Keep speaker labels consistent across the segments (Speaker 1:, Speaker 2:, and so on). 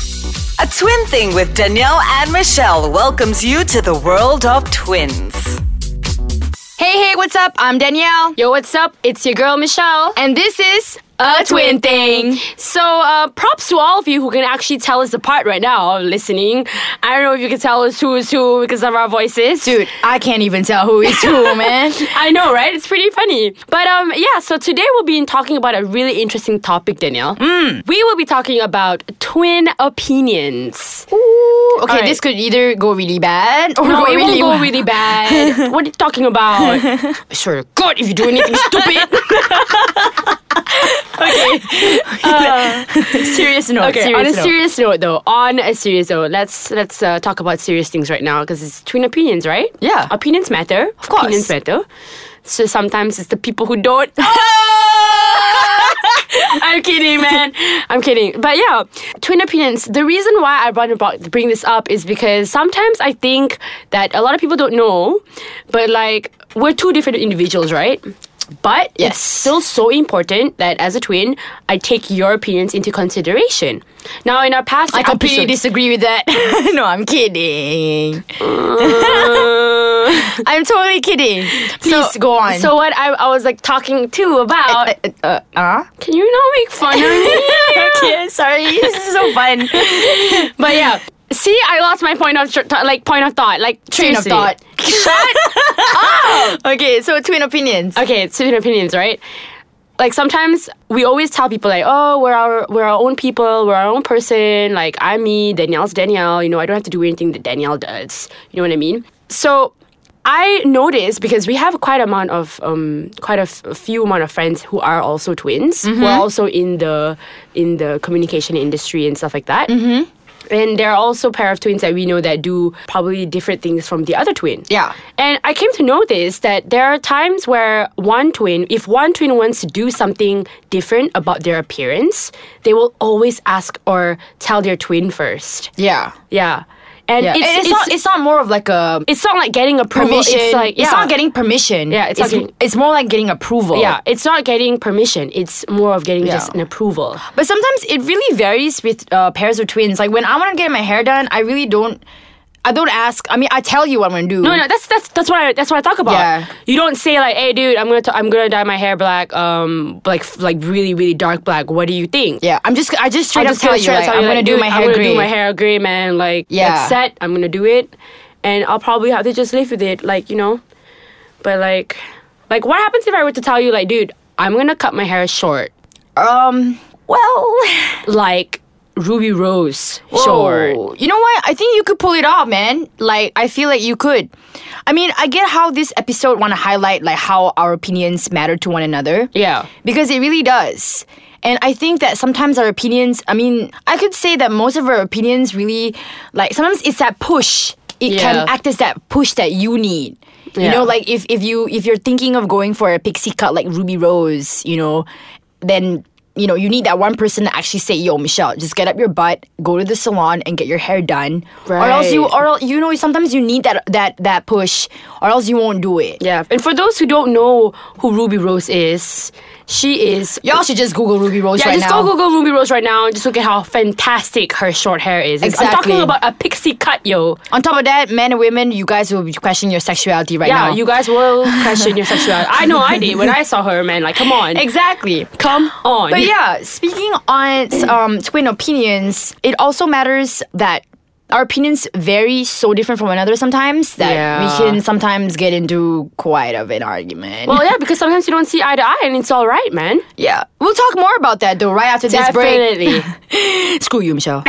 Speaker 1: The Twin Thing with Danielle and Michelle welcomes you to the world of twins.
Speaker 2: Hey, hey, what's up? I'm Danielle.
Speaker 3: Yo, what's up? It's your girl Michelle.
Speaker 2: And this is
Speaker 3: A Twin Thing. So, uh, props to all of you who can actually tell us apart right now, listening. I don't know if you can tell us who is who because of our voices.
Speaker 2: Dude, I can't even tell who is who, man.
Speaker 3: I know, right? It's pretty funny. But um, yeah, so today we'll be talking about a really interesting topic, Danielle. We will be talking about twin opinions.
Speaker 2: Ooh, okay,
Speaker 3: Alright.
Speaker 2: this could either go really bad or
Speaker 3: No,
Speaker 2: go
Speaker 3: it
Speaker 2: really
Speaker 3: won't go
Speaker 2: well.
Speaker 3: really bad. what are you talking about? sure, to God, if you do anything stupid.
Speaker 2: serious note.
Speaker 3: Okay,
Speaker 2: serious
Speaker 3: on a
Speaker 2: note.
Speaker 3: serious note, though, on a serious note, let's let's uh, talk about serious things right now because it's twin opinions, right?
Speaker 2: Yeah.
Speaker 3: opinions matter. Of
Speaker 2: course.
Speaker 3: opinions matter. So sometimes it's the people who don't. I'm kidding, man. I'm kidding. But yeah, twin opinions. The reason why I brought about bring this up is because sometimes I think that a lot of people don't know, but like we're two different individuals, right? But
Speaker 2: Yes.
Speaker 3: it's still so important that as a twin, I take your opinions into consideration. Now, in our past,
Speaker 2: I completely
Speaker 3: episodes-
Speaker 2: disagree with that. no, I'm kidding. I'm totally kidding. Please go on.
Speaker 3: So what I, I was like talking to about?
Speaker 2: uh, uh, uh,
Speaker 3: can you not make fun of me?
Speaker 2: okay, sorry. This is so fun.
Speaker 3: But yeah, see, I lost my point of tr- th- like point of thought, like
Speaker 2: Train of
Speaker 3: seriously.
Speaker 2: thought. okay, so twin opinions.
Speaker 3: Okay, it's different opinions, right? Like sometimes we always tell people like, oh, we're our we're our own people, we're our own person. Like I'm me, Danielle's Danielle. You know, I don't have to do anything that Danielle does. You know what I mean? So I noticed because we have quite amount of um quite a, f- a few amount of friends who are also twins, who are also in the in the communication industry and stuff like that. Mm-hmm. And there are also a pair of twins that we know that do probably different things from the other twin.
Speaker 2: Yeah.
Speaker 3: And I came to notice that there are times where one twin, if one twin wants to do something different about their appearance, they will always ask or tell their twin first.
Speaker 2: Yeah.
Speaker 3: Yeah. And
Speaker 2: Yeah.
Speaker 3: it's,
Speaker 2: And
Speaker 3: it's,
Speaker 2: it's, not. It's not more of like a
Speaker 3: it's not like getting approval.
Speaker 2: permission.
Speaker 3: It's like yeah.
Speaker 2: not getting permission.
Speaker 3: Yeah, it's not
Speaker 2: it's,
Speaker 3: getting-
Speaker 2: it's more like getting approval.
Speaker 3: yeah, it's not getting permission. It's more of getting just an approval.
Speaker 2: But sometimes it really varies with uh, pairs of twins. Like when I want to get my hair done, I really don't. I don't ask. I mean, I tell you what I'm gonna do.
Speaker 3: No, no, that's that's that's what I that's what I talk about.
Speaker 2: Yeah.
Speaker 3: You don't say like, "Hey, dude, I'm gonna t- I'm gonna dye my hair black, um, like like really really dark black. What do you think?"
Speaker 2: Yeah, I'm just. I just straight
Speaker 3: I'm
Speaker 2: up
Speaker 3: just
Speaker 2: tell
Speaker 3: gonna
Speaker 2: you.
Speaker 3: straight up
Speaker 2: like,
Speaker 3: tell
Speaker 2: I'm
Speaker 3: you,
Speaker 2: gonna
Speaker 3: like,
Speaker 2: do
Speaker 3: dude,
Speaker 2: my
Speaker 3: I'm
Speaker 2: hair
Speaker 3: gonna
Speaker 2: gray.
Speaker 3: do my hair gray, man. Like,
Speaker 2: Yeah.
Speaker 3: that's set. I'm gonna do it, and I'll probably have to just live with it. Like, you know, but like, like what happens if I were to tell you, like, dude, I'm gonna cut my hair short,
Speaker 2: Um. Well.
Speaker 3: like Ruby Rose short.
Speaker 2: Sure. You know what? I think you could pull it off, man. Like I feel like you could. I mean, I get how this episode want to highlight like how our opinions matter to one another.
Speaker 3: Yeah.
Speaker 2: Because it really does. And I think that sometimes our opinions, I mean, I could say that most of our opinions really like sometimes it's that push. It can
Speaker 3: Yeah.
Speaker 2: act as that push that you need. You
Speaker 3: Yeah.
Speaker 2: know, like if if you if you're thinking of going for a pixie cut like Ruby Rose, you know, then you know, you need that one person to actually say, "Yo, Michelle, just get up your butt, go to the salon, and get your hair done." Or else you,
Speaker 3: Right.
Speaker 2: or el- you know, sometimes you need that that that push, or else you won't do it.
Speaker 3: Yeah. And for those who don't know who Ruby Rose is, she is
Speaker 2: Y'all should just Google Ruby Rose
Speaker 3: Yeah,
Speaker 2: right
Speaker 3: just
Speaker 2: now.
Speaker 3: go Google Ruby Rose right now and just look at how fantastic her short hair is. It's-
Speaker 2: Exactly.
Speaker 3: I'm talking about a pixie cut, yo.
Speaker 2: On top of that, men and women, you guys will be questioning your sexuality right
Speaker 3: Yeah,
Speaker 2: now.
Speaker 3: you guys will question your sexuality. I know I did when I saw her, man. Like, come on.
Speaker 2: exactly.
Speaker 3: Come on.
Speaker 2: But yeah, speaking on um, twin opinions, it also matters that our opinions vary so different from another sometimes that
Speaker 3: Yeah.
Speaker 2: we can sometimes get into quite of an argument.
Speaker 3: Well, yeah, because sometimes you don't see eye to eye and it's all right, man.
Speaker 2: yeah. We'll talk more about that though right after this break.
Speaker 3: Definitely.
Speaker 2: Screw you, Michelle.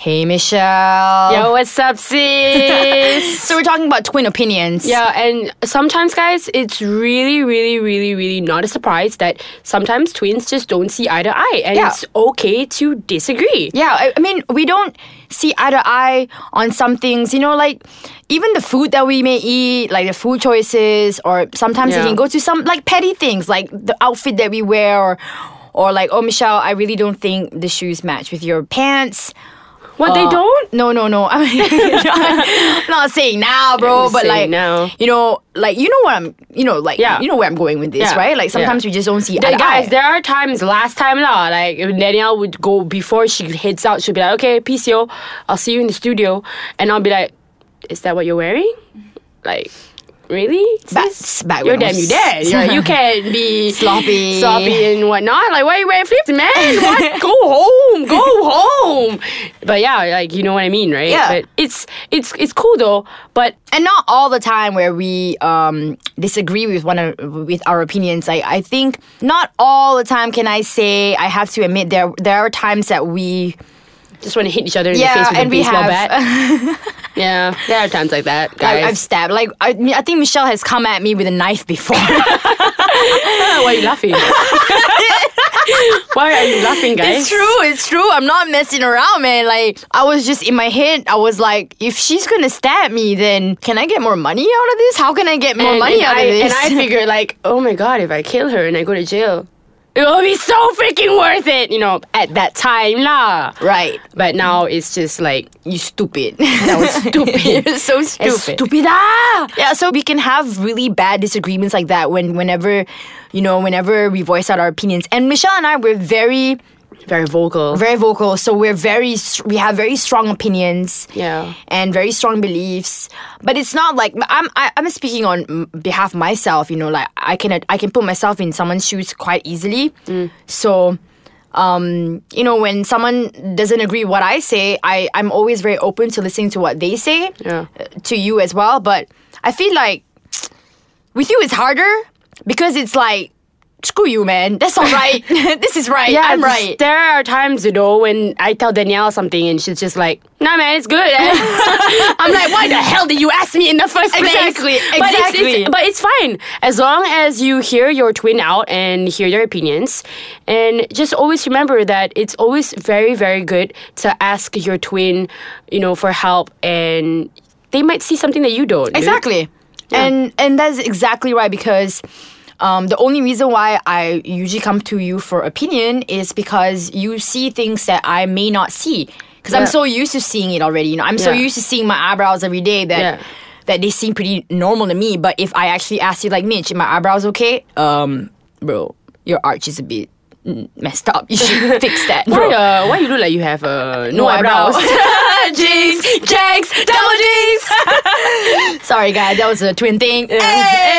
Speaker 2: hey, Michelle.
Speaker 3: Yo, what's up, sis?
Speaker 2: So we're talking about twin opinions.
Speaker 3: Yeah, and sometimes, guys, it's really, really, really, really not a surprise that sometimes twins just don't see eye to eye, and
Speaker 2: Yeah.
Speaker 3: it's okay to disagree.
Speaker 2: Yeah, I, I mean, we don't see eye to eye on some things, you know, like even the food that we may eat, like the food choices, or sometimes it
Speaker 3: Yeah.
Speaker 2: can go to some like petty things, like the outfit that we wear, or or like, oh Michelle, I really don't think the shoes match with your pants.
Speaker 3: What they don't?
Speaker 2: No, no, no. I mean, not saying now, bro.
Speaker 3: Just
Speaker 2: But like,
Speaker 3: saying now.
Speaker 2: you know, like you know what I'm, you know, like
Speaker 3: Yeah.
Speaker 2: you know where I'm going with this,
Speaker 3: Yeah.
Speaker 2: right? Like
Speaker 3: Yeah.
Speaker 2: sometimes we just don't see eye
Speaker 3: The
Speaker 2: to
Speaker 3: guys,
Speaker 2: eye.
Speaker 3: there are times last time lah, like if Danielle would go before she heads out, she'd be like, Okay, PCO, I'll see you in the studio and I'll be like, Is that what you're wearing? Like Really?
Speaker 2: That's back
Speaker 3: You're
Speaker 2: when I
Speaker 3: damn, you
Speaker 2: was-
Speaker 3: dead. You're, you can be
Speaker 2: Sloppy.
Speaker 3: sloppy and whatnot. Like, why you wearing flips, man? What? go home, go home. But yeah, like you know what I mean, right?
Speaker 2: Yeah.
Speaker 3: But it's it's it's cool though. But
Speaker 2: and not all the time where we um, disagree with one of, with our opinions. Like I think not all the time can I say I have to admit there there are times that we
Speaker 3: just want to hit each other in
Speaker 2: Yeah,
Speaker 3: the face with
Speaker 2: and
Speaker 3: a
Speaker 2: we
Speaker 3: baseball
Speaker 2: have-
Speaker 3: bat. yeah, there are times like that,
Speaker 2: I,
Speaker 3: guys.
Speaker 2: I've stabbed. Like I, mean, I think Michelle has come at me with a knife before.
Speaker 3: Why are you laughing? Why are you laughing, guys?
Speaker 2: It's true, it's true. I'm not messing around, man. Like, I was just in my head, I was like, if she's gonna stab me, then can I get more money out of this? How can I get more
Speaker 3: And-
Speaker 2: money
Speaker 3: and
Speaker 2: out
Speaker 3: I,
Speaker 2: of this?
Speaker 3: And I figured, like, oh my god, if I kill her and I go to jail, it will be so freaking worth it, you know, at that time, lah.
Speaker 2: right.
Speaker 3: But now it's just like
Speaker 2: You stupid. That was
Speaker 3: stupid.
Speaker 2: You're so
Speaker 3: it's
Speaker 2: stupid.
Speaker 3: stupid. ah!
Speaker 2: yeah, so we can have really bad disagreements like that when whenever you know, whenever we voice out our opinions. And Michelle and I we're very
Speaker 3: Very vocal.
Speaker 2: very vocal, so we're very str- we have very strong opinions.
Speaker 3: yeah.
Speaker 2: and very strong beliefs. But it's not like I'm I, I'm speaking on mm, behalf of myself. You know, like I can I can put myself in someone's shoes quite easily.
Speaker 3: Mm.
Speaker 2: So. Um, you know, when someone doesn't agree what I say, I, I'm always very open to listening to what they say
Speaker 3: Yeah.
Speaker 2: uh, to you as well. But I feel like with you it's harder because it's like, screw you, man. That's all right. this is right.
Speaker 3: Yeah,
Speaker 2: I'm
Speaker 3: just-
Speaker 2: right.
Speaker 3: There are times, you know, when I tell Danielle something and she's just like, "Nah, man, it's good." eh?" I'm like, "Why the hell did you ask me in the first place?"
Speaker 2: Exactly,
Speaker 3: But it's-
Speaker 2: exactly.
Speaker 3: It's, but it's fine as long as you hear your twin out and hear their opinions, and just always remember that it's always very, very good to ask your twin, you know, for help, and they might see something that you don't. dude.
Speaker 2: Exactly. And and that's exactly right because um, the only reason why I usually come to you for opinion is because you see things that I may not see. Because I'm
Speaker 3: Yeah.
Speaker 2: so used to seeing it already. You know, I'm so
Speaker 3: Yeah.
Speaker 2: used to seeing my eyebrows every day that
Speaker 3: Yeah.
Speaker 2: that they seem pretty normal to me. But if I actually ask you, like Mitch, my eyebrows okay? Um, bro, your arch is a bit mm, messed up. You should fix that, bro.
Speaker 3: Why, uh, why you look like you have uh, no,
Speaker 2: No eyebrows.
Speaker 3: eyebrows?
Speaker 2: jinx, jinx, double jinx. Sorry, guys, that was a twin thing.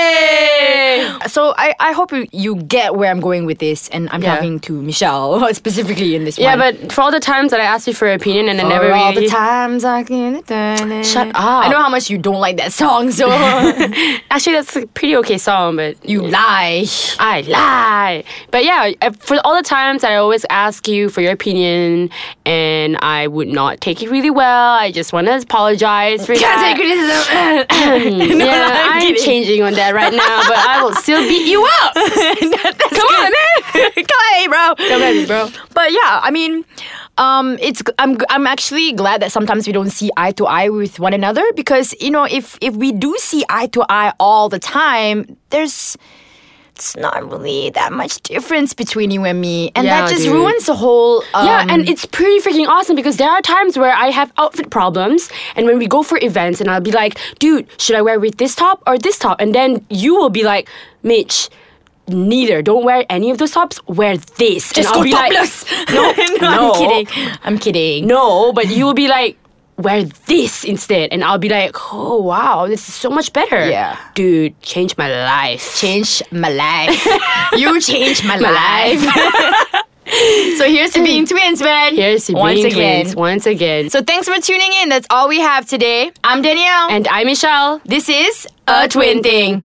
Speaker 2: Hey! So I, I hope you, you get where I'm going with this, and I'm
Speaker 3: Yeah.
Speaker 2: talking to Michelle specifically in this
Speaker 3: Yeah,
Speaker 2: one.
Speaker 3: but for all the times that I asked you for your opinion and I never
Speaker 2: For
Speaker 3: really,
Speaker 2: all the times I can Shut
Speaker 3: up.
Speaker 2: I know how much you don't like that song, so
Speaker 3: Actually, that's a pretty okay song, but
Speaker 2: you lie.
Speaker 3: I lie. But yeah, I- for all the times that I always ask you for your opinion and I would not take it really well, I just want to apologize for
Speaker 2: Can't take
Speaker 3: that.
Speaker 2: criticism. No,
Speaker 3: yeah,
Speaker 2: I'm
Speaker 3: I'm,
Speaker 2: kidding.
Speaker 3: changing on that right now, but I will still beat you up.
Speaker 2: Come on, man. Come on, bro.
Speaker 3: Come at me, bro.
Speaker 2: But yeah, I mean, um, it's g- I'm g- I'm actually glad that sometimes we don't see eye to eye with one another because you know if if we do see eye to eye all the time, there's it's not really that much difference between you and me, and that
Speaker 3: Yeah,
Speaker 2: just
Speaker 3: dude.
Speaker 2: ruins the whole. Um,
Speaker 3: Yeah, and it's pretty freaking awesome because there are times where I have outfit problems, and when we go for events, and I'll be like, dude, should I wear with this top or this top? And then you will be like, Mitch, neither. Don't wear any of those tops. Wear this. And I'll be like,
Speaker 2: no, no,
Speaker 3: no.
Speaker 2: I'm kidding. I'm kidding.
Speaker 3: no, but you will be like, wear this instead. And I'll be like, oh, wow, this is so much better.
Speaker 2: Yeah.
Speaker 3: Dude, change my life.
Speaker 2: change my life. you changed my, life. so here's to being twins, man.
Speaker 3: Here's to
Speaker 2: once
Speaker 3: being
Speaker 2: again.
Speaker 3: twins once again.
Speaker 2: So thanks for tuning in. That's all we have today. I'm Danielle.
Speaker 3: and I'm Michelle.
Speaker 2: this is A Twin Thing.